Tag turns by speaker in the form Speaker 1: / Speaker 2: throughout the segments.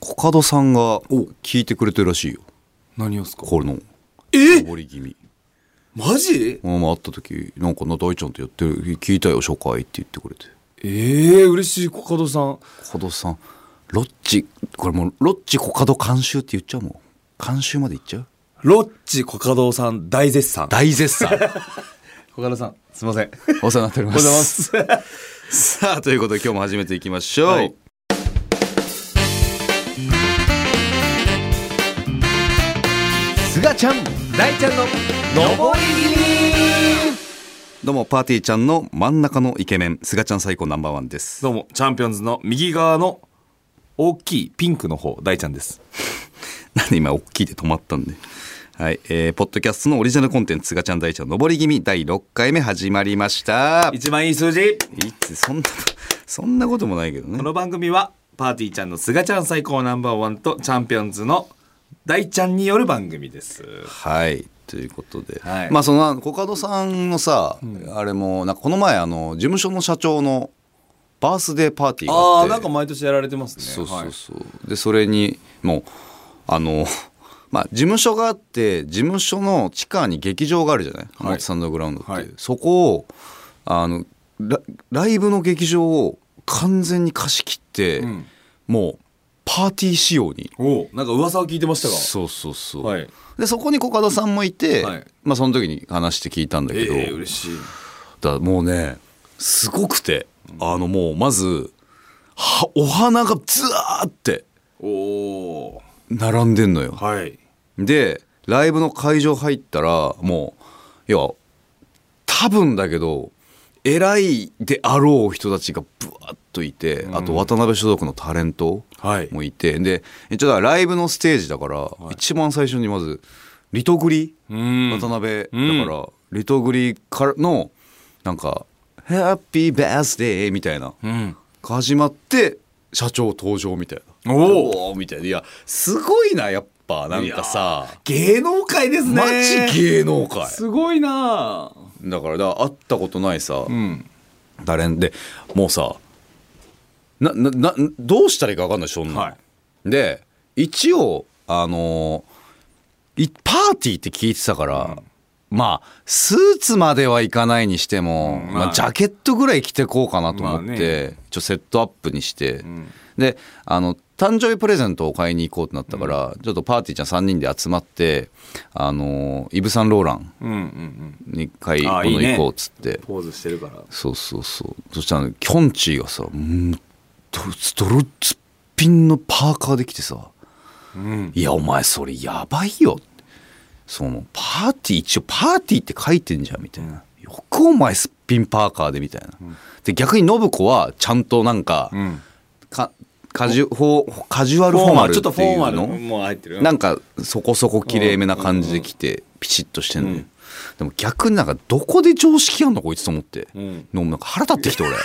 Speaker 1: コカドさんが聞いてくれてるらしいよ
Speaker 2: 何をっすか
Speaker 1: この
Speaker 2: え
Speaker 1: ぼり気味
Speaker 2: マジ
Speaker 1: まあまあ会った時なんかな大ちゃんとやってる聞いたよ初回って言ってくれて
Speaker 2: ええ嬉しいコカドさん
Speaker 1: コカドさんロッチこれもうロッチコカド監修って言っちゃうもん監修まで言っちゃう
Speaker 2: ロッチコカドさん大絶賛
Speaker 1: 大絶賛
Speaker 2: コカドさんすいません
Speaker 1: お世話になっており
Speaker 2: お
Speaker 1: ま
Speaker 2: はようご
Speaker 1: す
Speaker 2: ざいます
Speaker 1: さあということで今日も始めていきましょう、
Speaker 2: はい
Speaker 1: すがちゃん
Speaker 2: 大ちゃんの登り気味
Speaker 1: どうもパーティーちゃんの真ん中のイケメンすがちゃん最高ナンバーワンです
Speaker 2: どうもチャンピオンズの右側の大きいピンクの方大ちゃんです
Speaker 1: なんで今大きいで止まったんではい、えー、ポッドキャストのオリジナルコンテンツすがちゃん大ちゃん上り気味第6回目始まりましたい
Speaker 2: 一番いい数字
Speaker 1: つそんな そんなこともないけどね
Speaker 2: この番組はパーティーちゃんのすがちゃん最高ナンバーワンとチャンピオンズの大ちゃんによる番組です
Speaker 1: はいということで、
Speaker 2: はい
Speaker 1: まあそのコカドさんのさ、あれもなんかこの前あの事務所の社長のバースデーパーティーがあって
Speaker 2: ああなんか毎年やられてますね
Speaker 1: そう
Speaker 2: は
Speaker 1: そ
Speaker 2: いう
Speaker 1: そう、でそれにもうあの まあ事務所があって事務所の地下に劇場があるじゃない
Speaker 2: い
Speaker 1: ハマサンドグラウンドって、
Speaker 2: はい
Speaker 1: そこをあのラライブの劇場を完全に貸し切って、
Speaker 2: ん
Speaker 1: もうパーティー仕様に
Speaker 2: おなんか噂を聞いてましたが
Speaker 1: そうそうそう、
Speaker 2: はい
Speaker 1: でそこにコカドさんもいて、
Speaker 2: はい
Speaker 1: まあ、その時に話して聞いたんだけど、
Speaker 2: ええ嬉しい
Speaker 1: だもうねすごくてあのもうまずはお花がずわーって
Speaker 2: おお
Speaker 1: 並んでんのよ。
Speaker 2: はい
Speaker 1: でライブの会場入ったらもう要は多分だけど偉いであろう人たちがブワッといて、あと渡辺所属のタレント
Speaker 2: はい
Speaker 1: もいて、で一応だからライブのステージだから、一番最初にまずリトグリ
Speaker 2: うん
Speaker 1: 渡辺、
Speaker 2: うん
Speaker 1: だからリトグリからのなんか「ハッピーバースデー」みたいな、
Speaker 2: うん
Speaker 1: が始まって社長登場みたいな
Speaker 2: おー
Speaker 1: ーみたいないやすごいなやっぱなんかさ
Speaker 2: 芸能界ですね
Speaker 1: マジ芸能界
Speaker 2: すごいな
Speaker 1: だからだ会ったことないさ、
Speaker 2: うん
Speaker 1: 誰んでもうさなななどうしたらいいか分かんないしそんな、
Speaker 2: は
Speaker 1: で一応あのーいパーティーって聞いてたから、まあスーツまではいかないにしても、
Speaker 2: うん
Speaker 1: まあ
Speaker 2: まあ
Speaker 1: ジャケットぐらい着てこうかなと思って、
Speaker 2: まあね
Speaker 1: ちょセットアップにして、
Speaker 2: ん
Speaker 1: であの誕生日プレゼントを買いに行こうってなったから、ちょっとパーティーちゃん3人で集まってあのーイブ・サンローラン
Speaker 2: うんうんうん
Speaker 1: に買い
Speaker 2: あ
Speaker 1: 物
Speaker 2: いいね
Speaker 1: 行こうっつって。
Speaker 2: ポーズしてるから
Speaker 1: そうそうそうそしたらねキョンチーがさうんドドロツッピンのパーカーできてさ
Speaker 2: う
Speaker 1: 「
Speaker 2: ん
Speaker 1: いやお前それやばいよ」そのパーティー一応パーティーって書いてんじゃんみたいな、よくお前すっぴんパーカーでみたいな、で逆に信子はちゃんとなんか,、
Speaker 2: ん
Speaker 1: かカジュフォーカジュアル
Speaker 2: フ
Speaker 1: フォー
Speaker 2: ォーマ
Speaker 1: マ
Speaker 2: ル
Speaker 1: ル
Speaker 2: ちょ
Speaker 1: っ
Speaker 2: っとフ
Speaker 1: て
Speaker 2: ォ
Speaker 1: い
Speaker 2: ーマ
Speaker 1: う
Speaker 2: ル
Speaker 1: の
Speaker 2: もう入ってる
Speaker 1: なんかそこそこきれいめな感じで来てピシッとしてんのよ、でも逆になんかどこで常識あんのこいつと思って、
Speaker 2: うん
Speaker 1: のなんか腹立ってきて 俺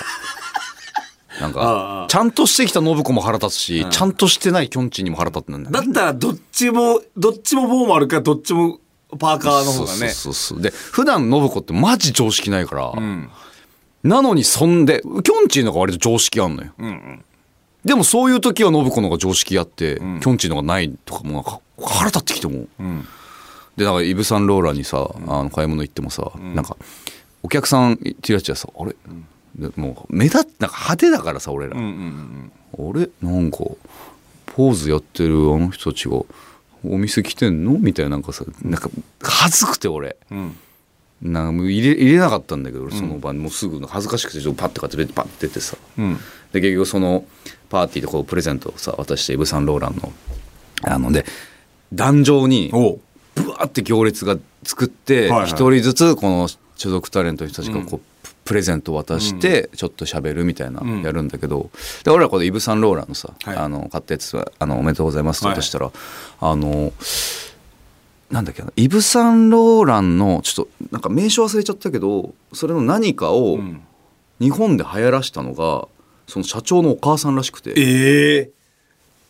Speaker 1: なん
Speaker 2: ああ
Speaker 1: かちゃんとしてきた信子も腹立つし、ちゃんとしてないきょんちぃにも腹立ってなんだよ
Speaker 2: だったらどっちもどっちもフォーマルかどっちもパーカーの方がね
Speaker 1: そうそうそうで普段信子ってマジ常識ないから、
Speaker 2: ん
Speaker 1: なのにそんできょんちぃの方が割と常識あんのよ
Speaker 2: うんうん
Speaker 1: でもそういう時は信子の方が常識あってきょんちぃの方がないとかもなんか腹立ってきてもう
Speaker 2: うん
Speaker 1: でなんかイブ・サンローランにさ、あの買い物行ってもさ、なんかお客さんちらちらさあれ、でもう目立ってなんか派手だからさ俺ら、
Speaker 2: うんうん
Speaker 1: あれなんかポーズやってるあの人たちがお店来てんのみたいななんかさなんか恥ずくて俺
Speaker 2: うんうん
Speaker 1: なんかもう入れ入れなかったんだけど俺その場にもうすぐ恥ずかしくてちょっとパッて買ってパッて出てさ
Speaker 2: うん
Speaker 1: で結局そのパーティーでこうプレゼントをさ渡してイブ・サンローランのあので壇上に
Speaker 2: おう
Speaker 1: ブワーって行列が作って一、
Speaker 2: はいはい
Speaker 1: 人ずつこの所属タレントの人たちがこう、ププレゼントを渡してちょっと喋るみたいな
Speaker 2: うん
Speaker 1: やるんだけど、で俺らこのイブ・サンローランのさ、
Speaker 2: はい
Speaker 1: あの買ったやつはあのおめでとうございますって渡したら、あのなんだっけなイブ・サンローランのちょっとなんか名称忘れちゃったけどそれの何かを
Speaker 2: ん
Speaker 1: 日本で流行らしたのがその社長のお母さんらしくて
Speaker 2: ええ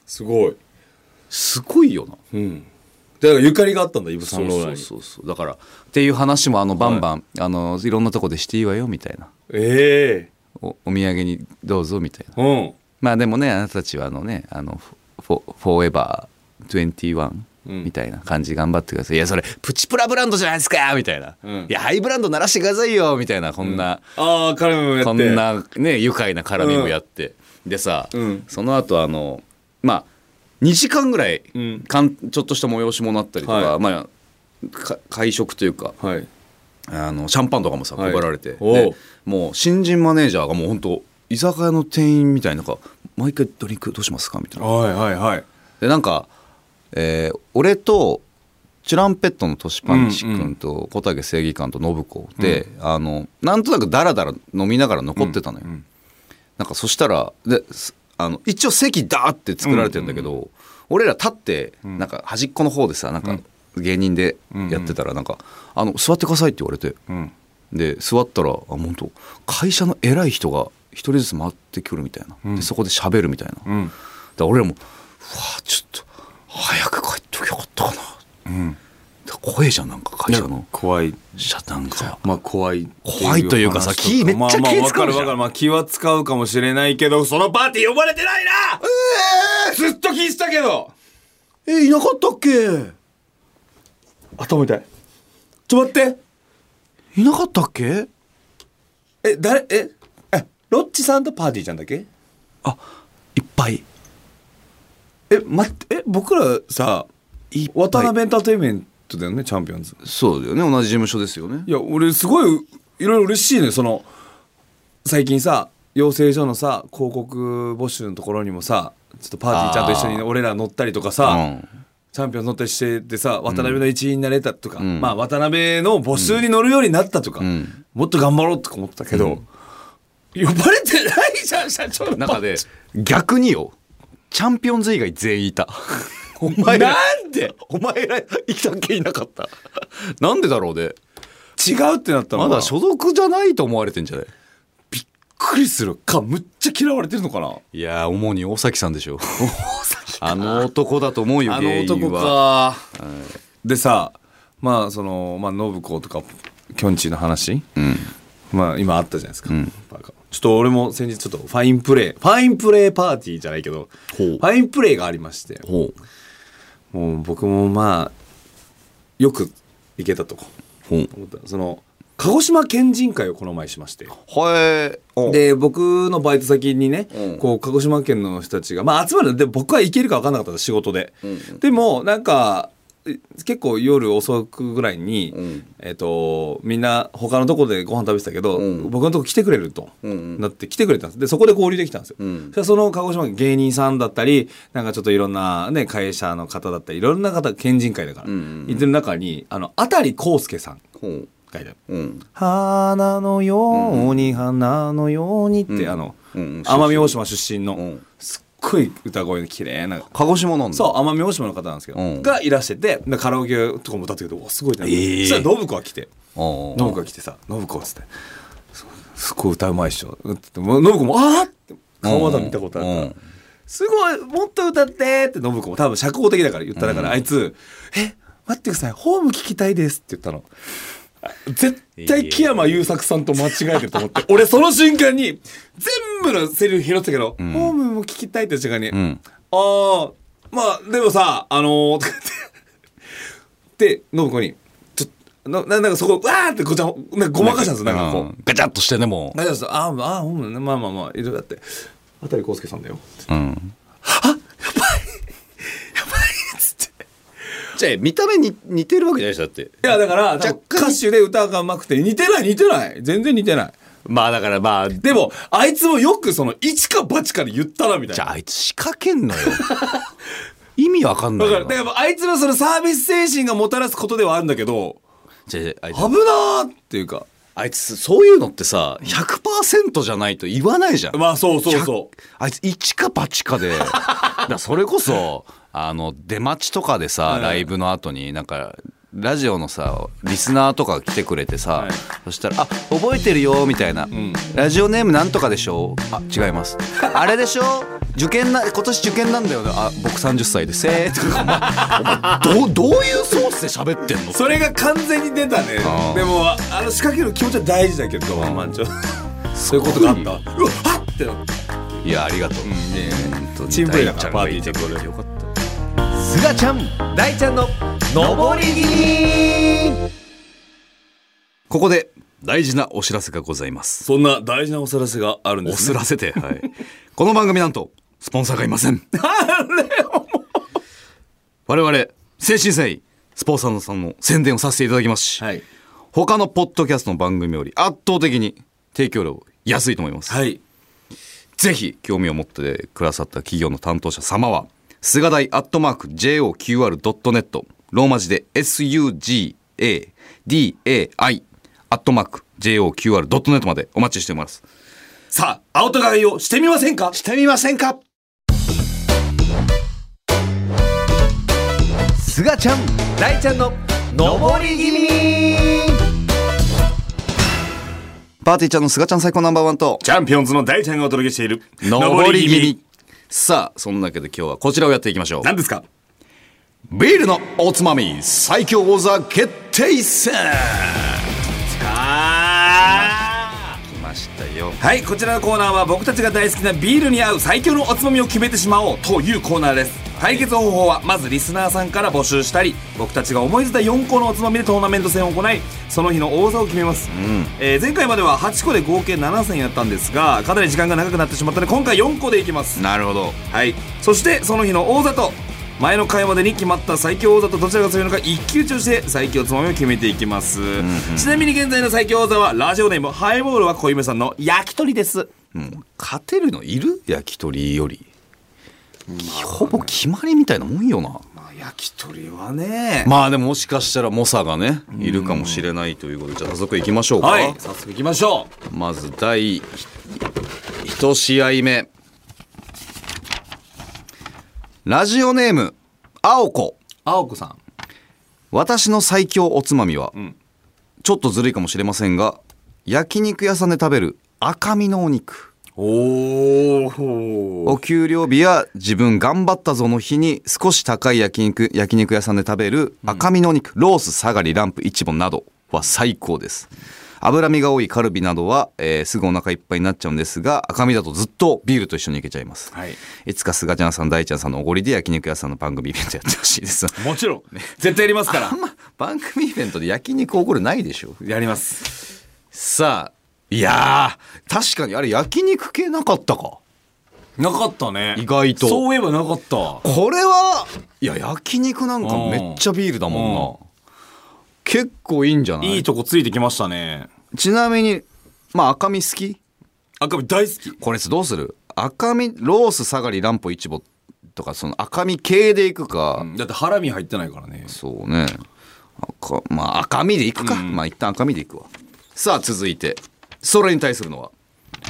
Speaker 2: すごい
Speaker 1: すごいよな。
Speaker 2: うんだからゆかりがあったんだイブ・サ
Speaker 1: そ
Speaker 2: ン
Speaker 1: う
Speaker 2: ロー
Speaker 1: そ
Speaker 2: ラン
Speaker 1: う
Speaker 2: に
Speaker 1: そうそうだからっていう話もあのバンバン、あのいろんなとこでしていいわよみたいな
Speaker 2: え
Speaker 1: おお土産にどうぞみたいな
Speaker 2: えうん
Speaker 1: まあでもねあなたたちはあのねあのフフォフォーエバー21、
Speaker 2: うん
Speaker 1: みたいな感じ頑張ってくださいいやそれプチプラブランドじゃないですかみたいな、
Speaker 2: うん
Speaker 1: いやハイブランド鳴らしてくださいよみたいなこんな、
Speaker 2: ああ彼もやって
Speaker 1: こんなね愉快な絡みもやって、でさ、
Speaker 2: うん
Speaker 1: その後あのまあ2時間ぐらい、
Speaker 2: うん
Speaker 1: かんちょっとした催し物あったりとか,、
Speaker 2: は
Speaker 1: まあ、か会食というか
Speaker 2: はい
Speaker 1: あのシャンパンとかもさ
Speaker 2: はい
Speaker 1: 配られて、
Speaker 2: おう
Speaker 1: でもう新人マネージャーがもう本当居酒屋の店員みたいななんか毎回ドリンクどうしますかみたいな
Speaker 2: はいはいはい
Speaker 1: でなんか、えー俺とチュランペットのトシパンチ君と小竹正義感と信子で、あのなんとなくダラダラ飲みながら残ってたのよ、
Speaker 2: うん
Speaker 1: なんかそしたらですあの一応席ダーって作られてんだけど、俺ら立ってなんか端っこの方でさなんか芸人でやってたらなんか「あの座ってください」って言われて
Speaker 2: うん
Speaker 1: で座ったらあ本当会社の偉い人が一人ずつ回ってくるみたいな、でそこで喋るみたいな、
Speaker 2: う
Speaker 1: だか
Speaker 2: ん
Speaker 1: ら俺らも「うわちょっと早く帰っときゃよかったかな」
Speaker 2: うん
Speaker 1: で声じゃんなんか会社の
Speaker 2: 怖い
Speaker 1: 社なんか
Speaker 2: まあ怖いってう
Speaker 1: 怖いというかさ気めっちゃ気
Speaker 2: まあまあわ
Speaker 1: 使
Speaker 2: か
Speaker 1: う
Speaker 2: る
Speaker 1: じゃん
Speaker 2: わかるまあ気は使うかもしれないけどそのパーティー呼ばれてないなずっと気したけど
Speaker 1: 「えいなかったっけ
Speaker 2: 頭痛いちょ待って
Speaker 1: いなかったっけ?」
Speaker 2: え誰ええロッチさんとパーティーちゃんだっけ
Speaker 1: あいっぱい
Speaker 2: え待ってえ僕らさ
Speaker 1: いっぱい
Speaker 2: 渡辺エンターテインメントだよねチャンピオンズ
Speaker 1: そうだよね同じ事務所ですよね
Speaker 2: いや俺すごいういろいろ嬉しいねその最近さ養成所のさ広告募集のところにもさちょっとパーティーちゃんと一緒に
Speaker 1: あー
Speaker 2: 俺ら乗ったりとか
Speaker 1: う
Speaker 2: さ、
Speaker 1: ん
Speaker 2: チャンピオンズ乗ったりしててさ渡辺の一員になれたとか、
Speaker 1: ん
Speaker 2: まあ、渡辺の募集に乗るようになったとか、
Speaker 1: ん
Speaker 2: もっと頑張ろうとか思ってたけど、呼ばれてないじゃん社長の
Speaker 1: 中で逆によチャンピオンズ以外全員いたお前ら
Speaker 2: なんで
Speaker 1: お前らいたっけいなかったなんでだろうね
Speaker 2: 違うってなったの
Speaker 1: ま
Speaker 2: かな
Speaker 1: だ所属じゃないと思われてんじゃない
Speaker 2: びっくりするかむっちゃ嫌われてるのかない
Speaker 1: やー主に尾崎さんでしょ あの男だと思うよ
Speaker 2: あの男か、
Speaker 1: 原
Speaker 2: でさまあそのまあ信子とかきょんちぃの話、
Speaker 1: 因は
Speaker 2: まあ今あったじゃないですか、バカちょっと俺も先日ちょっとファインプレーファインプレーパーティーじゃないけどフ
Speaker 1: ほう
Speaker 2: ァインプレーがありまして
Speaker 1: うんほう
Speaker 2: もう僕もまあよく行けたと
Speaker 1: ほう
Speaker 2: 思ったその鹿児島県人会をこの前しまして
Speaker 1: はいお
Speaker 2: で僕のバイト先にね、
Speaker 1: うん
Speaker 2: こう鹿児島県の人たちが、まあ、集まるで僕は行けるか分かんなかった仕事で、
Speaker 1: うん
Speaker 2: でもなんかえ結構夜遅くぐらいに、
Speaker 1: うん
Speaker 2: えっとみんな他のとこでご飯食べてたけど、
Speaker 1: うん
Speaker 2: 僕のとこ来てくれると、
Speaker 1: うんうん
Speaker 2: なって来てくれたんですでそこで交流できたんですよ、
Speaker 1: うん
Speaker 2: そしたらその鹿児島県芸人さんだったりなんかちょっといろんな、ね、会社の方だったりいろんな方県人会だから、
Speaker 1: うんうんうん
Speaker 2: いてる中にあの辺康介さん
Speaker 1: ほう
Speaker 2: がいた
Speaker 1: うん
Speaker 2: 花のように花のようにって、
Speaker 1: うん
Speaker 2: あの、
Speaker 1: うん
Speaker 2: 奄美大島出身の、
Speaker 1: うん
Speaker 2: すっごい歌声の綺麗な
Speaker 1: 鹿児島なんだ
Speaker 2: そう奄美大島の方なんですけど、
Speaker 1: うん
Speaker 2: がいらしててでカラオケとかも歌ってくれて「おすごいな」
Speaker 1: えー
Speaker 2: そしたら信子が来て
Speaker 1: ああ
Speaker 2: 信子が来てさ「信子」っつって「すすごい歌うまいっしょ」って信子も「あーって顔まだ見たことあるから。
Speaker 1: うん
Speaker 2: すごいもっと歌ってって信子も多分社交的だから言っただから、あいつ「え待ってくださいホーム聞きたいです」って言ったの あ絶対木山優作さんと間違えてると思って俺その瞬間に全部のセリフ拾ってたけど、ホームも聞きたいって瞬間に「
Speaker 1: うん
Speaker 2: ああまあでもさあのー」とかって で信子に「ちょっとなななんかそこわーってごちゃなんかごまかしたんですよなんかこう。
Speaker 1: ガチャッとしてねも
Speaker 2: あ、そうあ、あ、ほんまねまあまあまあ、いろいろだって。あたりこうすけさんだよ。
Speaker 1: ううん
Speaker 2: あ、やばい。やばいっつって。
Speaker 1: じゃあ見た目に似てるわけじゃないでしょだって
Speaker 2: いや、だから、多
Speaker 1: 若
Speaker 2: 分歌手で歌がうまくて、似てない似てない。全然似てない。
Speaker 1: まあだからまあ
Speaker 2: でも、あいつもよくその、一か八かで言ったな、みたい
Speaker 1: じゃ
Speaker 2: な。
Speaker 1: ああいつ仕掛けんのよ意味わかんな
Speaker 2: だ
Speaker 1: い
Speaker 2: から、
Speaker 1: よ
Speaker 2: だからやっぱあいつのそのサービス精神がもたらすことではあるんだけど、
Speaker 1: じゃあじゃああいつ
Speaker 2: 危なーっていうか。
Speaker 1: あいつそういうのってさ100%じゃないと言わないじゃん、
Speaker 2: まあ、そうそうそ
Speaker 1: あいつ一か八か でだからそれこそあの出待ちとかでさ、
Speaker 2: はい
Speaker 1: ライブの後になんかラジオのさリスナーとか来てくれてさ、
Speaker 2: はい
Speaker 1: そしたら「あ覚えてるよ」みたいな、ラジオネームなんとかでしょ?」「あ違います」「あれでしょ受験な今年受験なんだよねあ僕30歳でせー」とかお前お前どうどういうソースで喋ってんの
Speaker 2: う。それが完全に出たね
Speaker 1: あ。ー
Speaker 2: でも、あの仕掛ける気持ちは大事だけど、まあ、ちょそういうことがあったわ。うわ、はっってなって。
Speaker 1: いいやありがとう、ねえ
Speaker 2: チームプレーだか
Speaker 1: 大ちゃんがい
Speaker 2: らパーティーちゃんと俺
Speaker 1: よかった
Speaker 2: すがちゃん大ちゃんの
Speaker 1: 上り気ここで大事なお知らせがございます。
Speaker 2: そんな大事なお知らせがあるん
Speaker 1: お
Speaker 2: です、
Speaker 1: 知
Speaker 2: ね、
Speaker 1: らせ て、はい。この番組なんと、スポンサーがいません。我々、精神誠意、スポンサーさんの宣伝をさせていただきますし、
Speaker 2: はい
Speaker 1: 他のポッドキャストの番組より圧倒的に提供料安いと思います。
Speaker 2: はい
Speaker 1: ぜひ興味を持ってくださった企業の担当者様は、菅大アットマーク JOQR.net、ローマ字で SUGADAI アットマーク JOQR.net までお待ちしております。
Speaker 2: さあ青戸がいをしてみませんか
Speaker 1: してみませんか
Speaker 2: すがちゃん大ちゃんの上り気味
Speaker 1: パーティーちゃんの菅ちゃん最高ナンバーワンと、
Speaker 2: チャンピオンズの大ちゃんがお届けしている
Speaker 1: 上り気味。さあ、そんなわけで今日はこちらをやっていきましょう。
Speaker 2: 何ですか
Speaker 1: ビールのおつまみ最強王座決定戦
Speaker 2: は
Speaker 1: 来ましたよ。
Speaker 2: いこちらのコーナーは僕たちが大好きなビールに合う最強のおつまみを決めてしまおうというコーナーです対決方法はまずリスナーさんから募集したり僕たちが思いついた4個のおつまみでトーナメント戦を行いその日の王座を決めます、えー前回までは8個で合計7戦やったんですがかなり時間が長くなってしまったので今回4個でいきます
Speaker 1: なるほど。
Speaker 2: はい、そしてその日の王座と前の回までに決まった最強王座とどちらが強いのか一騎打ちをして最強つまみを決めていきます、ちなみに現在の最強王座はラジオネームハイボールは小夢さんの焼き鳥です
Speaker 1: うん勝てるのいる焼き鳥より、ほぼ決まりみたいなもんよな
Speaker 2: まあ焼き鳥はね、
Speaker 1: まあでももしかしたら猛者がねいるかもしれないということでじゃあ早速いきましょうか、
Speaker 2: はい早速いきましょう
Speaker 1: まず第1試合目ラジオネーム青子
Speaker 2: 青子さん
Speaker 1: 私の最強おつまみは、ちょっとずるいかもしれませんが焼肉屋さんで食べる赤身のお肉
Speaker 2: おお
Speaker 1: お給料日や自分頑張ったぞの日に少し高い焼肉焼肉屋さんで食べる赤身のお肉、ロース下がりランプ一本などは最高です脂身が多いカルビなどは、えーすぐお腹いっぱいになっちゃうんですが赤身だとずっとビールと一緒にいけちゃいます、
Speaker 2: はい
Speaker 1: いつか菅ちゃんさん大ちゃんさんのおごりで焼肉屋さんの番組イベントやってほしいです
Speaker 2: もちろん絶対やりますから
Speaker 1: あんま番組イベントで焼肉おごるないでしょ
Speaker 2: やります
Speaker 1: さあいやー確かにあれ焼肉系なかったか
Speaker 2: なかったね
Speaker 1: 意外と
Speaker 2: そういえばなかった
Speaker 1: これはいや焼肉なんかめっちゃビールだもんな結構いいんじゃない
Speaker 2: いいとこついてきましたね
Speaker 1: ちなみにまあ赤身好き
Speaker 2: 赤身大好き
Speaker 1: これどうする赤身ロース下がり乱歩一歩とかその赤身系でいくか、
Speaker 2: だってハラミ入ってないからね
Speaker 1: そうね赤まあ赤身でいくか、まあ一旦赤身でいくわさあ続いてそれに対するのは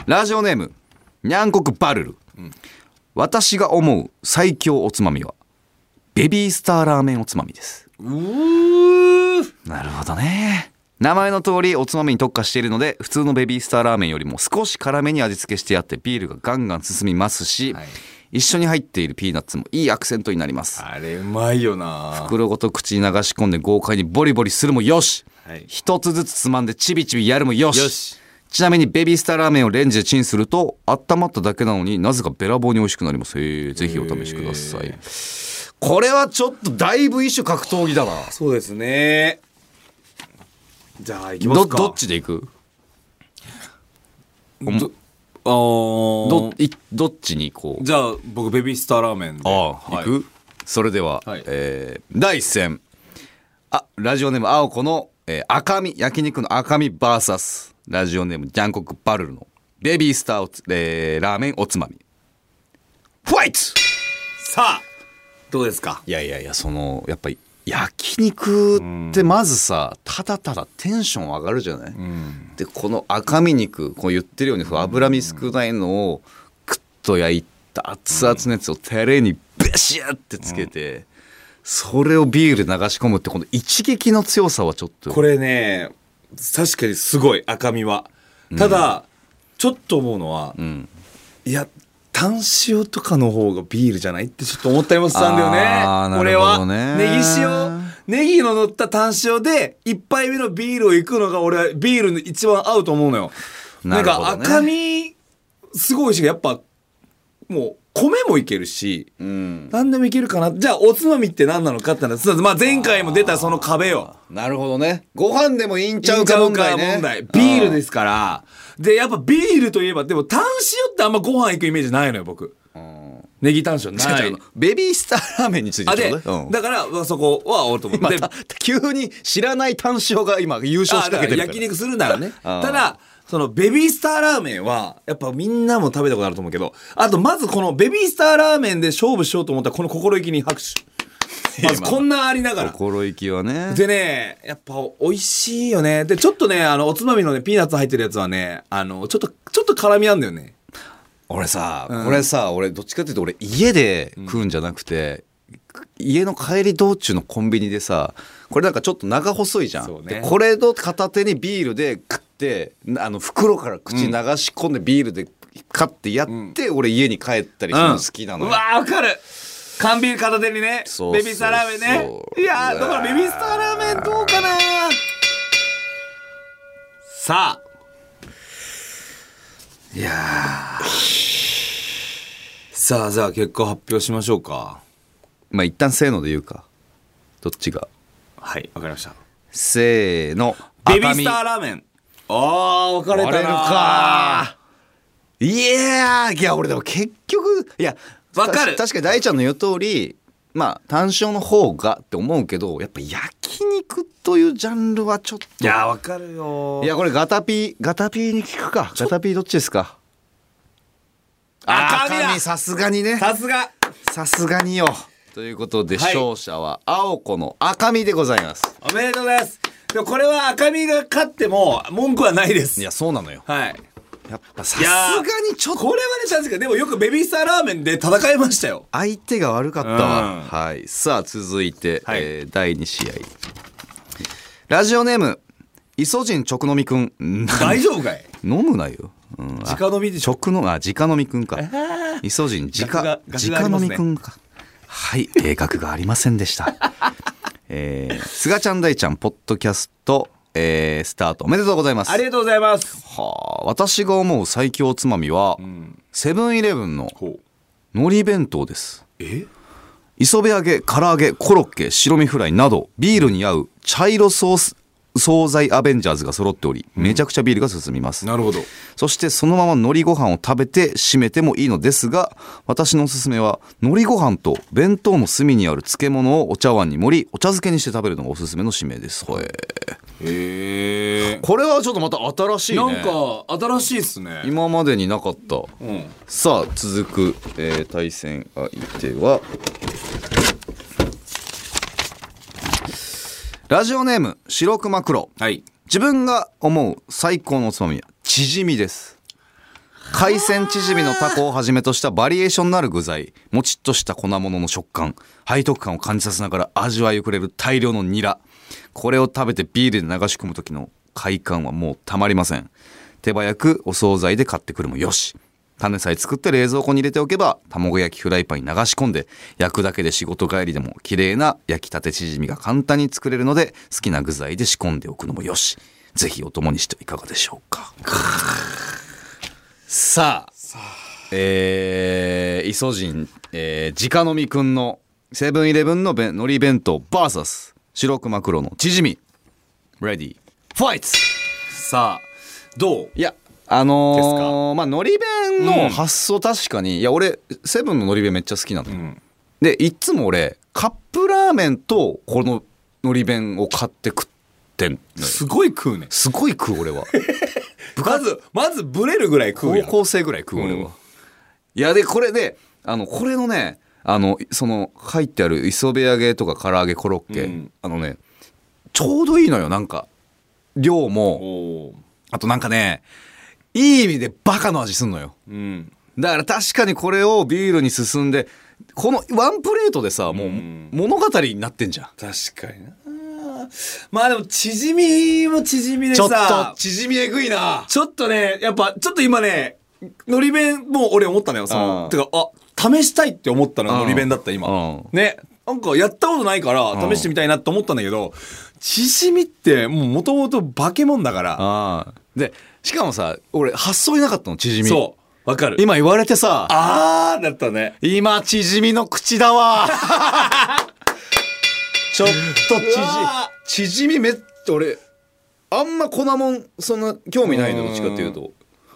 Speaker 1: ラジオネームにゃんこくバルル、私が思う最強おつまみはベビースターラーメンおつまみです
Speaker 2: うー
Speaker 1: なるほどね名前の通りおつまみに特化しているので普通のベビースターラーメンよりも少し辛めに味付けしてあってビールがガンガン進みますし、
Speaker 2: はい
Speaker 1: 一緒に入っているピーナッツもいいアクセントになります
Speaker 2: あれうまいよな
Speaker 1: 袋ごと口に流し込んで豪快にボリボリするもよし、
Speaker 2: はい
Speaker 1: 一つずつつまんでチビチビやるもよし
Speaker 2: よし
Speaker 1: ちなみにベビースターラーメンをレンジでチンすると温まっただけなのになぜかべらぼうに美味しくなりますへーぜひお試しくださいこれはちょっとだいぶ一種格闘技だな
Speaker 2: そうですねじゃあいきます
Speaker 1: ど
Speaker 2: か
Speaker 1: どっちでいく
Speaker 2: どあー
Speaker 1: どいどっちにこう
Speaker 2: じゃあ僕ベビースターラーメンで
Speaker 1: ああ、、
Speaker 2: はい
Speaker 1: くそれでは、
Speaker 2: はい
Speaker 1: えー第一戦あラジオネーム青子の、えー赤身焼肉の赤身 VS ラジオネームジャンコクバルルのベビースターおつ、えーラーメンおつまみファイト
Speaker 2: さあどうですか
Speaker 1: いやいやいやそのやっぱり焼肉ってまずさただただテンション上がるじゃない、でこの赤身肉こう言ってるようにこう脂身少ないのをクッと焼いた熱々のやつをタレにベシャってつけて、それをビールで流し込むってこの一撃の強さはちょっと
Speaker 2: これね確かにすごい赤身はただ、ちょっと思うのは、
Speaker 1: ん
Speaker 2: いや炭塩とかの方がビールじゃないってちょっと思ったりもしたんだよ
Speaker 1: あー
Speaker 2: ね
Speaker 1: な
Speaker 2: 俺
Speaker 1: るほ
Speaker 2: は
Speaker 1: どね
Speaker 2: ネギ塩ネギの乗った炭塩で一杯目のビールをいくのが俺はビールに一番合うと思うのよ
Speaker 1: な
Speaker 2: なん
Speaker 1: るほどね
Speaker 2: か赤身すごい美味しいけどやっぱもう米もいけるし
Speaker 1: うん
Speaker 2: 何でもいけるかなじゃあおつまみって何なのかって話まあ、前回も出たその壁よ
Speaker 1: なるほどねご飯でもいいんちゃう
Speaker 2: ち
Speaker 1: か
Speaker 2: ゃう
Speaker 1: 問
Speaker 2: か
Speaker 1: 題ね
Speaker 2: 問題ビールですすからでやっぱビールといえばでもタン塩ってあんまご飯行くイメージないのよ僕ネギタン塩な
Speaker 1: 違う違
Speaker 2: いう
Speaker 1: ベビースターラーメンについて
Speaker 2: あ
Speaker 1: ちょう
Speaker 2: で、
Speaker 1: だいうん
Speaker 2: だからまあそこは俺と思っ
Speaker 1: ま
Speaker 2: て
Speaker 1: た急に知らない単勝が今優勝し
Speaker 2: あだ
Speaker 1: かけ
Speaker 2: から
Speaker 1: てるから
Speaker 2: 焼肉するならね
Speaker 1: あー
Speaker 2: ただそのベビースターラーメンはやっぱみんなも食べたことあると思うけどあとまずこのベビースターラーメンで勝負しようと思ったこの心意気に拍 手まずこんなありながら
Speaker 1: 心意気はね
Speaker 2: でねやっぱ美味しいよねでちょっとねあのおつまみのねピーナッツ入ってるやつはねあのちょっとちょっと辛みあんだよね
Speaker 1: 俺さ、
Speaker 2: うん
Speaker 1: これさ俺どっちかっていうと俺家で食うんじゃなくて、家の帰り道中のコンビニでさこれなんかちょっと長細いじゃ、
Speaker 2: そうん
Speaker 1: で
Speaker 2: ね
Speaker 1: これの片手にビールで食ってあの袋から口流し込んでビールで買ってやって、俺家に帰ったりするの好きなの
Speaker 2: う
Speaker 1: よ、
Speaker 2: わーわかる缶ビール片手にね
Speaker 1: そう
Speaker 2: ベビースターラーメンね
Speaker 1: そう
Speaker 2: いやーだからベビースターラーメンどうかなさあいやーさあじゃあ結果発表しましょうか
Speaker 1: まあ一旦せーので言うかどっちが
Speaker 2: はいわかりました
Speaker 1: せーの
Speaker 2: ベビースタ
Speaker 1: 赤
Speaker 2: ーラーメンあー分かれた
Speaker 1: 割
Speaker 2: な
Speaker 1: れるか身いやーいや俺でも結局いや
Speaker 2: わかる
Speaker 1: た確かに大ちゃんの言う通りまあ単勝の方がって思うけどやっぱ焼肉というジャンルはちょっと
Speaker 2: いやー分かるよー
Speaker 1: いやこれガタピーガタピーに聞くかガタピーどっちですか
Speaker 2: あ
Speaker 1: あー
Speaker 2: 神だ
Speaker 1: 神さすがにね
Speaker 2: さすが
Speaker 1: さすがによということで
Speaker 2: はい
Speaker 1: 勝者は青子の赤身でございます、
Speaker 2: おめでとうございますでもこれは赤身が勝っても文句はないです
Speaker 1: い、やそうなのよ
Speaker 2: はい
Speaker 1: やっぱさ
Speaker 2: い
Speaker 1: す
Speaker 2: やー
Speaker 1: がにちょっと
Speaker 2: これはね確かにでもよくベビースターラーメンで戦いましたよ
Speaker 1: 相手が悪かったわ、
Speaker 2: うん
Speaker 1: はいさあ続いて、
Speaker 2: はい
Speaker 1: えー第2試合ラジオネームイソジン直飲みくんな
Speaker 2: 大丈夫かい
Speaker 1: 飲むなよ、うん、あ
Speaker 2: 直飲みでしょ
Speaker 1: 直のあ直飲みくんかイソジン直
Speaker 2: 額が額があ
Speaker 1: 直
Speaker 2: りま
Speaker 1: 飲
Speaker 2: すね
Speaker 1: みくんかはい計画がありませんでした えー、すがちゃん大ちゃんポッドキャスト、えースタートおめでとうございます
Speaker 2: ありがとうございます
Speaker 1: はあ私が思う最強おつまみは、
Speaker 2: ん
Speaker 1: セブンイレブンの
Speaker 2: こう
Speaker 1: 海苔弁当です
Speaker 2: え
Speaker 1: 磯辺揚げ唐揚げコロッケ白身フライなどビールに合う茶色ソース惣菜アベンジャーズが揃っておりめちゃくちゃビールが進みます、
Speaker 2: なるほど
Speaker 1: そしてそのまま海苔ご飯を食べて締めてもいいのですが私のおすすめは海苔ご飯と弁当の隅にある漬物をお茶碗に盛りお茶漬けにして食べるのがおすすめの締めですほえ
Speaker 2: へえ
Speaker 1: これはちょっとまた新しいね
Speaker 2: なんか新しいっすね
Speaker 1: 今までになかった
Speaker 2: うん
Speaker 1: さあ続く、えー対戦相手はラジオネーム白熊黒
Speaker 2: はい
Speaker 1: 自分が思う最高のおつまみはチヂミです海鮮チヂミのタコをはじめとしたバリエーションのある具材もちっとした粉物の食感背徳感を感じさせながら味わいをくれる大量のニラこれを食べてビールで流し込む時の快感はもうたまりません手早くお惣菜で買ってくるもよし種さえ作って冷蔵庫に入れておけば卵焼きフライパンに流し込んで焼くだけで仕事帰りでも綺麗な焼きたてチヂミが簡単に作れるので好きな具材で仕込んでおくのもよしぜひお供にしてはいかがでしょうかさあえー、イソジン、えー、直飲みくんのセブンイレブンのべ海苔弁当 VS 白熊黒のチヂミレディファイト
Speaker 2: さあどう
Speaker 1: いやあのー、まあのり弁の発想確かに、いや俺セブンののり弁めっちゃ好きなの、
Speaker 2: ん
Speaker 1: でいっつも俺カップラーメンとこののり弁を買って食ってんのよ
Speaker 2: すごい食うね
Speaker 1: すごい食う俺は
Speaker 2: まずまずブレるぐらい食う
Speaker 1: 高
Speaker 2: やん
Speaker 1: 校生ぐらい食う俺は、
Speaker 2: うん
Speaker 1: いやでこれであのこれのねあのその入ってある磯辺揚げとか唐揚げコロッケ、
Speaker 2: うん
Speaker 1: あのねちょうどいいのよなんか量も
Speaker 2: おー
Speaker 1: あとなんかねいい意味でバカの味すんのよ
Speaker 2: うん
Speaker 1: だから確かにこれをビールに進んでこのワンプレートでさもう
Speaker 2: うん
Speaker 1: 物語になってんじゃん、
Speaker 2: 確かになまあでも縮みも縮みで
Speaker 1: ちょっ
Speaker 2: さ
Speaker 1: と縮みえぐいな
Speaker 2: ちょっとね、やっぱ、ちょっと今ね、のり弁、もう俺思ったのよ、その
Speaker 1: う。ん
Speaker 2: てか、あ、試したいって思ったのが
Speaker 1: うん
Speaker 2: のり弁だった、今
Speaker 1: うん。
Speaker 2: ね。なんか、やったことないから、
Speaker 1: ん
Speaker 2: 試してみたいなって思ったんだけど、縮みって、もう元々化け物だから、
Speaker 1: ああでしかもさ俺発想いなかったの縮み
Speaker 2: そう。わかる
Speaker 1: 今言われてさ
Speaker 2: あーだったね
Speaker 1: 今縮みの口だわ ちょっと
Speaker 2: うわ
Speaker 1: 縮縮みめっ俺あんま粉もんそんな興味ないの
Speaker 2: うん
Speaker 1: どっちかっていうと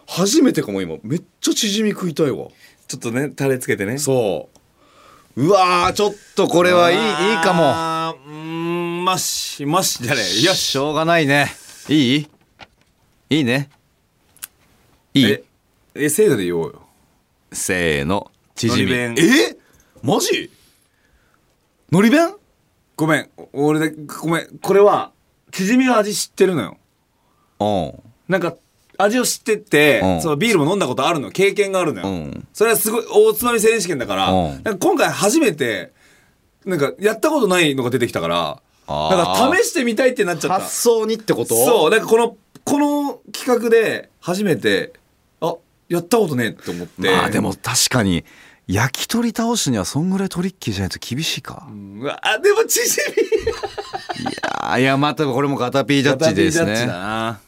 Speaker 1: 初めてかも今めっちゃ縮み食いたいわ
Speaker 2: ちょっとねタレつけてね
Speaker 1: そううわーちょっとこれはいいいいかも
Speaker 2: あーうーんましましじゃねえよし
Speaker 1: しょうがないねいいいいねいい
Speaker 2: ええせーので言おうよ
Speaker 1: せーの縮み
Speaker 2: のり弁
Speaker 1: えマジのり弁
Speaker 2: ごめん俺だごめんこれは縮みの味知ってるのよ
Speaker 1: うん
Speaker 2: なんか味を知ってて、
Speaker 1: うん
Speaker 2: そのビールも飲んだことあるの経験があるのよ、
Speaker 1: うん
Speaker 2: それはすごい大つまみ選手権だから、
Speaker 1: うん
Speaker 2: なんか今回初めてなんかやったことないのが出てきたから
Speaker 1: あー
Speaker 2: なんか試してみたいってなっちゃった
Speaker 1: 発想にってこと
Speaker 2: そうなんかこのこの企画で初めてあやったことねえって思って
Speaker 1: まあでも確かに焼き鳥倒すにはそんぐらいトリッキーじゃないと厳しいか
Speaker 2: う、んうわあでも縮み
Speaker 1: いやーいやまたこれもガタピージャッジです
Speaker 2: ジャッジ
Speaker 1: ね
Speaker 2: だな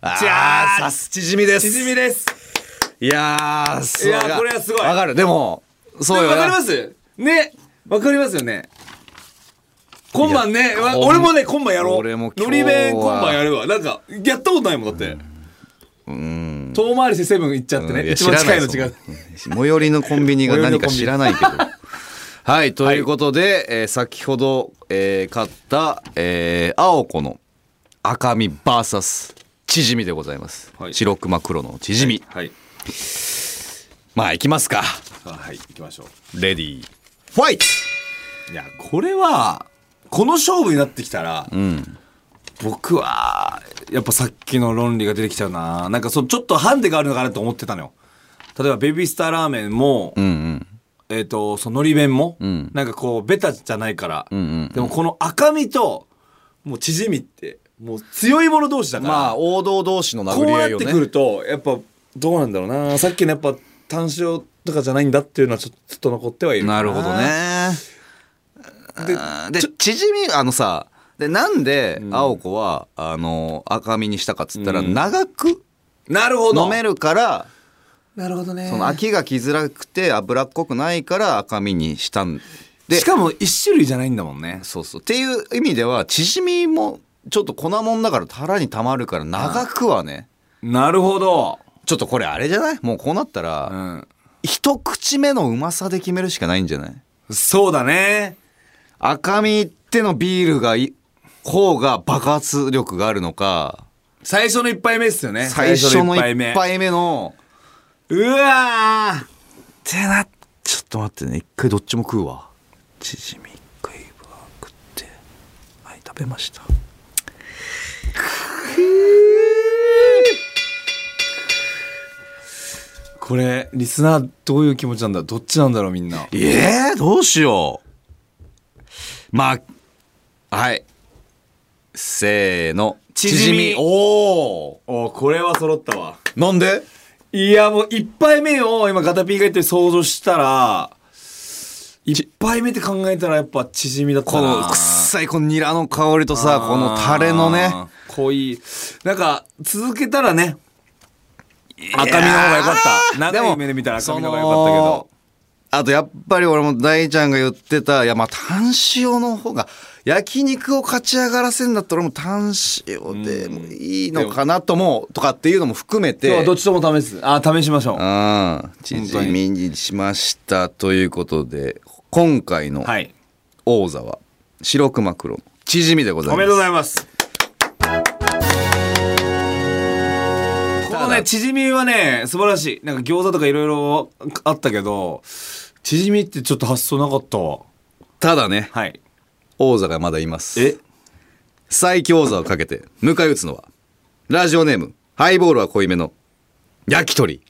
Speaker 1: あ
Speaker 2: じゃあ
Speaker 1: ーさす縮みです
Speaker 2: 縮みです
Speaker 1: いやーす
Speaker 2: いやーこれはすごい
Speaker 1: わかるでもそうよ
Speaker 2: わかりま
Speaker 1: な
Speaker 2: すねわかりますよね今晩ねわ
Speaker 1: ほん
Speaker 2: 俺もね今晩やろう
Speaker 1: 俺も今
Speaker 2: の
Speaker 1: 日は
Speaker 2: り弁今晩やるわなんかやったことないもんだって
Speaker 1: うん
Speaker 2: 遠回りしてセブン行っちゃってね、
Speaker 1: いや
Speaker 2: 一番近いの
Speaker 1: 知
Speaker 2: 違
Speaker 1: らな
Speaker 2: う
Speaker 1: その最寄りのコンビニが何か知らないけど はいということで、えー先ほど、えー買った、えー、青子の赤身 VS 縮みでございます、
Speaker 2: はい
Speaker 1: 白熊黒の縮み、
Speaker 2: はい
Speaker 1: まあ行きますか
Speaker 2: さあはい行きましょう
Speaker 1: レディーファイト
Speaker 2: いやこれはこの勝負になってきたら、
Speaker 1: うん
Speaker 2: 僕はやっぱさっきの論理が出てきちゃうななんかそうちょっとハンデがあるのかなと思ってたのよ例えばベビースターラーメンも、
Speaker 1: うんうん
Speaker 2: えっ、と、そのり弁も、
Speaker 1: ん
Speaker 2: なんかこう、ベタじゃないから、
Speaker 1: んうん
Speaker 2: でもこの赤身と、もう縮みって、もう強い者同士だから、
Speaker 1: まあ王道同士の
Speaker 2: こ
Speaker 1: 殴
Speaker 2: う
Speaker 1: り
Speaker 2: な
Speaker 1: 合
Speaker 2: っ
Speaker 1: いを
Speaker 2: て
Speaker 1: ね
Speaker 2: くると、やっぱ、どうなんだろうな。さっきのやっぱ、単勝とかじゃないんだっていうのはちょっと残ってはいるか
Speaker 1: なるほど。ねでで縮みあのさでなんで青子は、あの赤身にしたかっつったら、
Speaker 2: うん
Speaker 1: 長く
Speaker 2: なるほど。
Speaker 1: 飲めるから
Speaker 2: なるほどね。
Speaker 1: その飽きがきづらくて脂っこくないから赤身にしたんで
Speaker 2: しかも一種類じゃないんだもんね。
Speaker 1: そうそうっていう意味では縮みもちょっと粉もんだからたらにたまるから長くはね
Speaker 2: なるほど。
Speaker 1: ちょっとこれあれじゃないもうこうなったら、
Speaker 2: うん。
Speaker 1: 一口目のうまさで決めるしかないんじゃない
Speaker 2: そうだね。
Speaker 1: 赤身ってのビールがい方が爆発力があるのか
Speaker 2: 最初の一杯目ですよね。
Speaker 1: 最初の
Speaker 2: 最初の一
Speaker 1: 一杯目の
Speaker 2: うわー
Speaker 1: ってなちょっと待ってね一回どっちも食うわ縮み一回は食ってはい食べました
Speaker 2: これリスナーどういう気持ちなんだどっちなんだろうみんな
Speaker 1: えー、どうしようまあはいせーの
Speaker 2: 縮み
Speaker 1: おお
Speaker 2: おこれは揃ったわ
Speaker 1: なんで
Speaker 2: いやもう一杯目を今ガタピーが言って想像したら一杯目って考えたらやっぱ縮みだった
Speaker 1: こ
Speaker 2: な
Speaker 1: のくっさいこのニラの香りとさこのタレのね
Speaker 2: あー濃いなんか続けたらね赤身の方が良かった長い目で見たら赤身の方が良かったけど
Speaker 1: あとやっぱり俺も大ちゃんが言ってた、いやまあ単塩の方が、焼肉を勝ち上がらせるんだったら俺も単塩でもいいのかなとも、とかっていうのも含め
Speaker 2: 今日
Speaker 1: て、
Speaker 2: はどっちとも試すあー試しましょう
Speaker 1: うん、縮みにしましたということで、今回の
Speaker 2: はい
Speaker 1: 王座は、白熊黒の縮みでございます。
Speaker 2: おめでとうございます。このね、縮みはね、素晴らしい。なんか餃子とかいろいろあったけど、縮みってちょっと発想なかったわ。
Speaker 1: ただね、
Speaker 2: はい。
Speaker 1: 王座がまだいます。最強王座をかけて、迎え撃つのは、ラジオネーム、ハイボールは濃いめの、焼き鳥。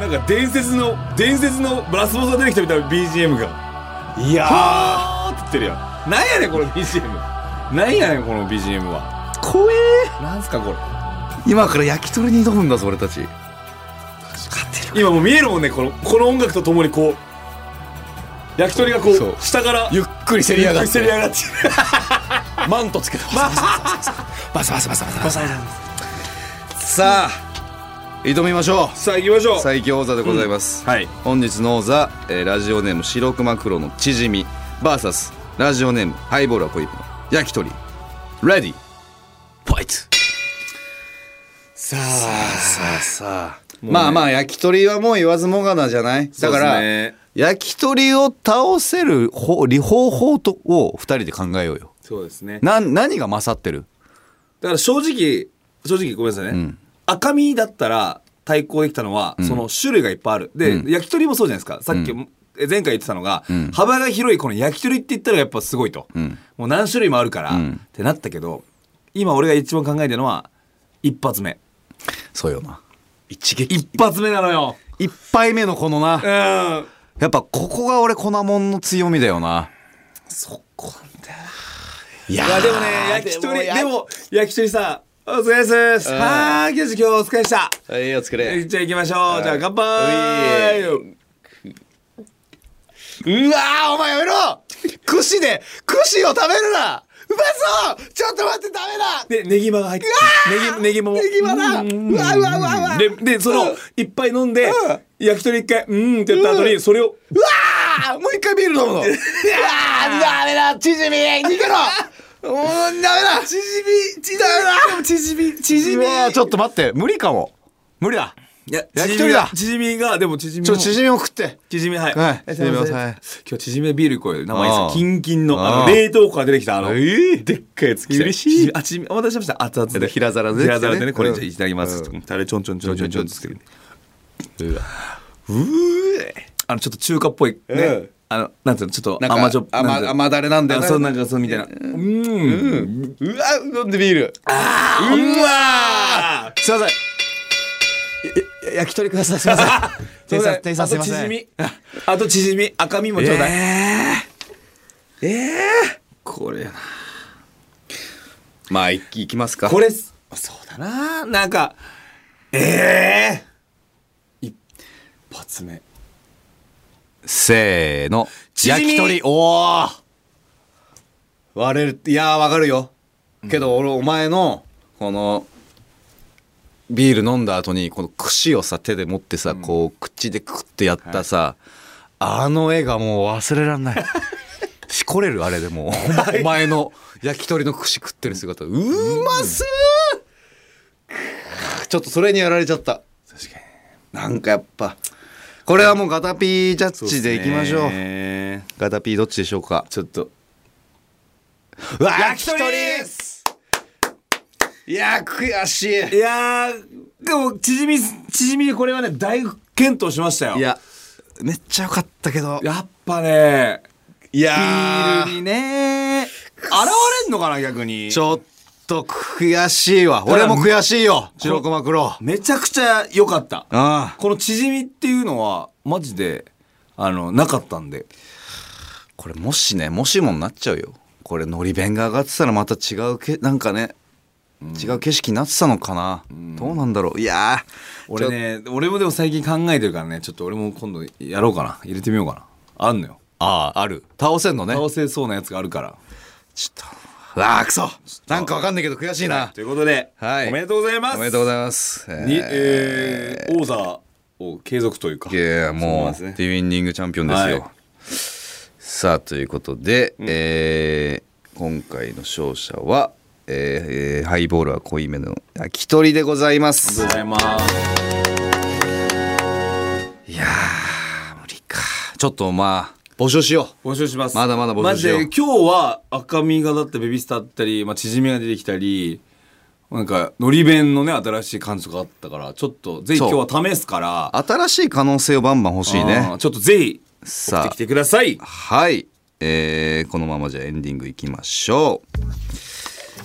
Speaker 2: なんか伝説の、伝説のラスボスが出てきたみたいな BGM が。
Speaker 1: いや
Speaker 2: あーって言ってるやん。なんやねん、この BGM。なんやねん、この BGM は。
Speaker 1: 怖え
Speaker 2: なんすか、これ。
Speaker 1: 今から焼き鳥に挑むんだぞ俺たち
Speaker 2: 今もう見えるもんね、この、この音楽とともにこう、焼き鳥がこ
Speaker 1: そう
Speaker 2: う、下から、
Speaker 1: ゆっくり競り上がっ
Speaker 2: せり
Speaker 1: て
Speaker 2: 上がって。
Speaker 1: マントつけてバサバサバサバサバサバサバサバサさあ挑みましょ
Speaker 2: さあ行きましょ
Speaker 1: う
Speaker 2: う
Speaker 1: 最強王座でございます、
Speaker 2: はい
Speaker 1: 本日の王座、えーラジオネーム白熊黒のチヂミ VS ラジオネームハイボールは小指の焼き鳥レディファイトさ
Speaker 2: さあ
Speaker 1: あさあ、
Speaker 2: もうね
Speaker 1: まあまあ焼き鳥はもう言わずもがなじゃないだから、
Speaker 2: そうですね
Speaker 1: 焼き鳥を倒せる方方法とを2人で考えようよ
Speaker 2: そうですね
Speaker 1: な何が勝ってる
Speaker 2: だから正直正直ごめんなさいね、赤身だったら対抗できたのは、その種類がいっぱいあるで、焼き鳥もそうじゃないですかさっき、え前回言ってたのが、幅が広いこの焼き鳥って言ったらやっぱすごいと、
Speaker 1: ん
Speaker 2: もう何種類もあるから、
Speaker 1: ん
Speaker 2: ってなったけど今俺が一番考えてるのは一発目
Speaker 1: そうよな一撃
Speaker 2: 一発目なのよ
Speaker 1: 一杯目のこのな
Speaker 2: うん
Speaker 1: やっぱここが俺粉もんの強みだよな
Speaker 2: そこなんだよ
Speaker 1: いや
Speaker 2: いやでもね焼き鳥でも焼き鳥さお疲れ様です
Speaker 1: ん
Speaker 2: はーい今日お疲れでした
Speaker 1: はいお疲
Speaker 2: え
Speaker 1: れ
Speaker 2: じゃあ行きましょう。じゃあ乾杯。
Speaker 1: う
Speaker 2: う
Speaker 1: うわーお前やめろ串で串を食べるなうまそうちょっと待ってダメだ
Speaker 2: で、ネギマが入ってネギ、ネギも。ネ
Speaker 1: ギマだうわうわうわうわ
Speaker 2: で、で、その、いっぱい飲んで、焼き鳥一回、うーんって言った後に、それを、
Speaker 1: うわーもう一回ビール飲むのうわーダメだチヂミ逃げろもうダメだチヂミチヂミダメだチヂミチ
Speaker 2: ヂミ
Speaker 1: ちょっと待って無理かも無理だ
Speaker 2: いや
Speaker 1: 焼き鳥だ
Speaker 2: チヂミが、でもチヂミ
Speaker 1: ちょ
Speaker 2: も。
Speaker 1: チヂミを食って
Speaker 2: チヂミ、はい。
Speaker 1: はい
Speaker 2: えすません
Speaker 1: はい
Speaker 2: 今日、チヂミビールこうよ。生いい
Speaker 1: あ
Speaker 2: で
Speaker 1: ー
Speaker 2: すキンキンの、あ
Speaker 1: あ
Speaker 2: の、
Speaker 1: ー
Speaker 2: 冷凍庫から出てきた、あの、
Speaker 1: ええ
Speaker 2: でっかいやつ来て。
Speaker 1: 嬉しい
Speaker 2: あ、チヂミ、お待たせしました。熱々
Speaker 1: えっと
Speaker 2: で。
Speaker 1: 平皿でね
Speaker 2: 平皿でね、これ
Speaker 1: うん
Speaker 2: じゃあいただきます。
Speaker 1: う
Speaker 2: タレちょんちょんちょんちょんちょんつけて。
Speaker 1: うえ
Speaker 2: あの、ちょっと中華っぽい。ね。
Speaker 1: うん
Speaker 2: あの、なんていうの、ちょっと
Speaker 1: なんか
Speaker 2: 甘じょっぱ。
Speaker 1: 甘
Speaker 2: なんていうの
Speaker 1: 甘だれなんだよ
Speaker 2: あ
Speaker 1: な
Speaker 2: そう、なんかそう、みたいな。うん。
Speaker 1: うわ飲んでビール
Speaker 2: あうわ
Speaker 1: すいませんええ焼き鳥くださいすいません店 員さん店員さんすいま
Speaker 2: あ
Speaker 1: せ
Speaker 2: と
Speaker 1: ん
Speaker 2: 縮み。あと縮み。赤身もちょうだい。
Speaker 1: え
Speaker 2: ええこれやな。
Speaker 1: ーまあいきいきますか
Speaker 2: これ、そうだな。なんか、ええ一発目。
Speaker 1: せーの
Speaker 2: チヂミ
Speaker 1: 焼き鳥おお割れるいやーわかるよけど俺お前のこのビール飲んだ後にこの串をさ手で持ってさ、こう口でクッてやったさ、あの絵がもう忘れらんない しこれるあれでもうお前の焼き鳥の串食ってる姿うますーちょっとそれにやられちゃった
Speaker 2: 確かに。
Speaker 1: なんかやっぱこれはもうガタピージャッジでいきましょう
Speaker 2: う。
Speaker 1: ガタピーどっちでしょうか
Speaker 2: ちょっと。
Speaker 1: 焼
Speaker 2: 焼き鳥です
Speaker 1: いやー悔し
Speaker 2: い
Speaker 1: い
Speaker 2: やー、でも、縮み、縮み、これはね、大検討しましたよ。
Speaker 1: いやめっちゃ良かったけど
Speaker 2: やっぱね、
Speaker 1: い
Speaker 2: ビ
Speaker 1: や
Speaker 2: ール
Speaker 1: ー
Speaker 2: にね、現れんのかな、逆に。
Speaker 1: ちょっと悔しいわ俺も悔しいよ白熊黒
Speaker 2: めちゃくちゃ良かった。
Speaker 1: ああ
Speaker 2: この縮みっていうのは、マジで、あの、なかったんで。
Speaker 1: これもしねもしもになっちゃうよこれのり弁が上がってたらまた違うけなんかね違う景色になってたのかなどうなんだろういやー
Speaker 2: 俺ね、俺もでも最近考えてるからね、ちょっと俺も今度やろうかな。入れてみようかな。あんのよ。
Speaker 1: ああある倒せんのね
Speaker 2: 倒せそうなやつがあるから。
Speaker 1: ちょっとああくそなんかわかんないけど悔しいな
Speaker 2: ということで、
Speaker 1: はい
Speaker 2: おめでとうございます。
Speaker 1: おめでとうご
Speaker 2: い
Speaker 1: ざいますえー
Speaker 2: に、えー、王座を継続というか。
Speaker 1: いやいや
Speaker 2: そう
Speaker 1: も
Speaker 2: な
Speaker 1: うん
Speaker 2: ですね
Speaker 1: ディウィンディングチャンピオンですよ。
Speaker 2: はい
Speaker 1: さあということで、えー今回の勝者は、えーえーハイボールは濃いめの焼き鳥でございま
Speaker 2: ありがとう
Speaker 1: す
Speaker 2: ご。ざいます。
Speaker 1: いやー無理かちょっとまあ募集しよう。
Speaker 2: 募集します
Speaker 1: まだまだ募集しよう
Speaker 2: マジで今日は赤身がだったベビースターだったり、まあ、縮みが出てきたりなんかのり弁のね新しい感じとかあったからちょっとぜひ
Speaker 1: そう
Speaker 2: 今日は試すから
Speaker 1: 新しい可能性をバンバン欲しい
Speaker 2: あー
Speaker 1: ね。
Speaker 2: ちょっとぜひ送っ
Speaker 1: さ
Speaker 2: て
Speaker 1: あ
Speaker 2: きてください
Speaker 1: はい、えーこのままじゃエンディングいきましょう。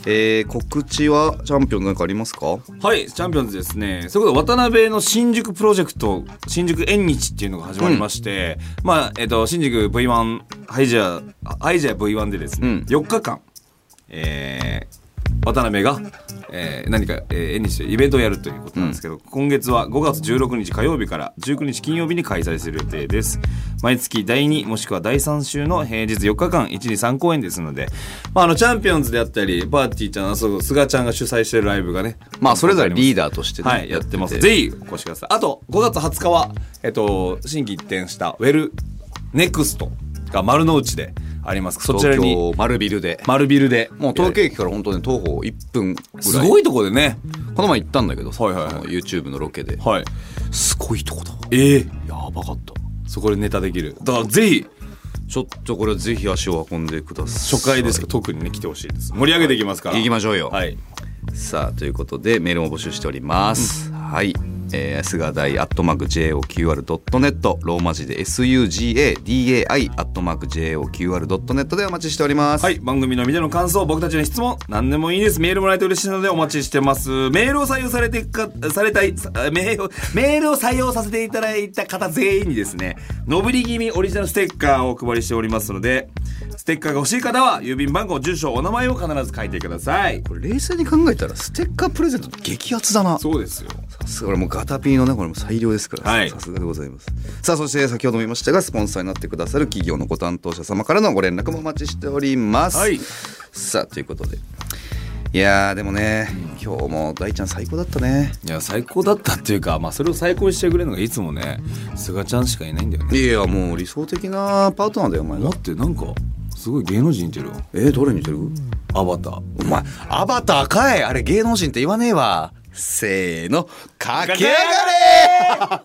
Speaker 1: えー告知はチャンピオン何かありますか
Speaker 2: はいチャンピオンズですねそういうことで渡辺の新宿プロジェクト新宿縁日っていうのが始まりまして、まあえっ、と新宿 V1 ハイジャーハイジャー V1 でですね、
Speaker 1: うん
Speaker 2: 4日間えー渡辺が、えー何か、えー縁日でイベントをやるということなんですけど、今月は5月16日火曜日から19日金曜日に開催する予定です毎月第2もしくは第3週の平日4日間123公演ですので、まあ、あのチャンピオンズであったりバーティーちゃんあそこ菅ちゃんが主催してるライブがね
Speaker 1: まあそれぞれリーダーとしてね
Speaker 2: はい、やってます。ぜひお越しください。あと、5月20日は、えっと、新規一転したウェルネクストが丸の内であります。そちら
Speaker 1: 東
Speaker 2: に
Speaker 1: 京丸ビルで
Speaker 2: 丸ビルで。
Speaker 1: もう東京駅から本当に徒歩1分ぐらい
Speaker 2: すごいとこでね。
Speaker 1: この前行ったんだけどさ、
Speaker 2: はいはいはい
Speaker 1: その YouTube のロケで、
Speaker 2: はい。
Speaker 1: すごいとこだわ
Speaker 2: ええ
Speaker 1: やばかった
Speaker 2: そこでネタできる。だからぜひ、
Speaker 1: ちょっとこれはぜひ足を運んでください
Speaker 2: 初回ですけど、特にね、来てほしいです。盛り上げていきますから。
Speaker 1: 行きましょうよ、
Speaker 2: はい。
Speaker 1: さあということでメールも募集しております、はい、えー、菅大アットマーク JOQR.net ローマ字で SUGADAI アットマーク JOQR.net でお待ちしております、
Speaker 2: はい、番組の見ての感想、僕たちの質問、何でもいいです。メールもらえて嬉しいのでお待ちしてます。メールを採用されてか、されたい、さメールを、メールを採用させていただいた方全員にですね、のぶり気味オリジナルステッカーをお配りしておりますので、ステッカーが欲しい方は、郵便番号、住所、お名前を必ず書いてください。
Speaker 1: これ冷静に考えたらステッカープレゼント激アツだな
Speaker 2: そうですよ。
Speaker 1: さすがこれもうガタピーのねこれも最良ですから、
Speaker 2: はい
Speaker 1: さすがでございますさあそして先ほども言いましたがスポンサーになってくださる企業のご担当者様からのご連絡もお待ちしております、
Speaker 2: はい
Speaker 1: さあということでいやーでもね今日も大ちゃん最高だったね
Speaker 2: いや、最高だったっていうか、まあ、それを最高にしてくれるのがいつもね、菅ちゃんしかいないんだよね。
Speaker 1: いやもう理想的なパートナーだよお前が
Speaker 2: 待って、なんか、すごい芸能人いてるわ。
Speaker 1: えー、どれ似てる
Speaker 2: アバター。
Speaker 1: お前アバターかいあれ芸能人って言わねえわせーの駆け上がれ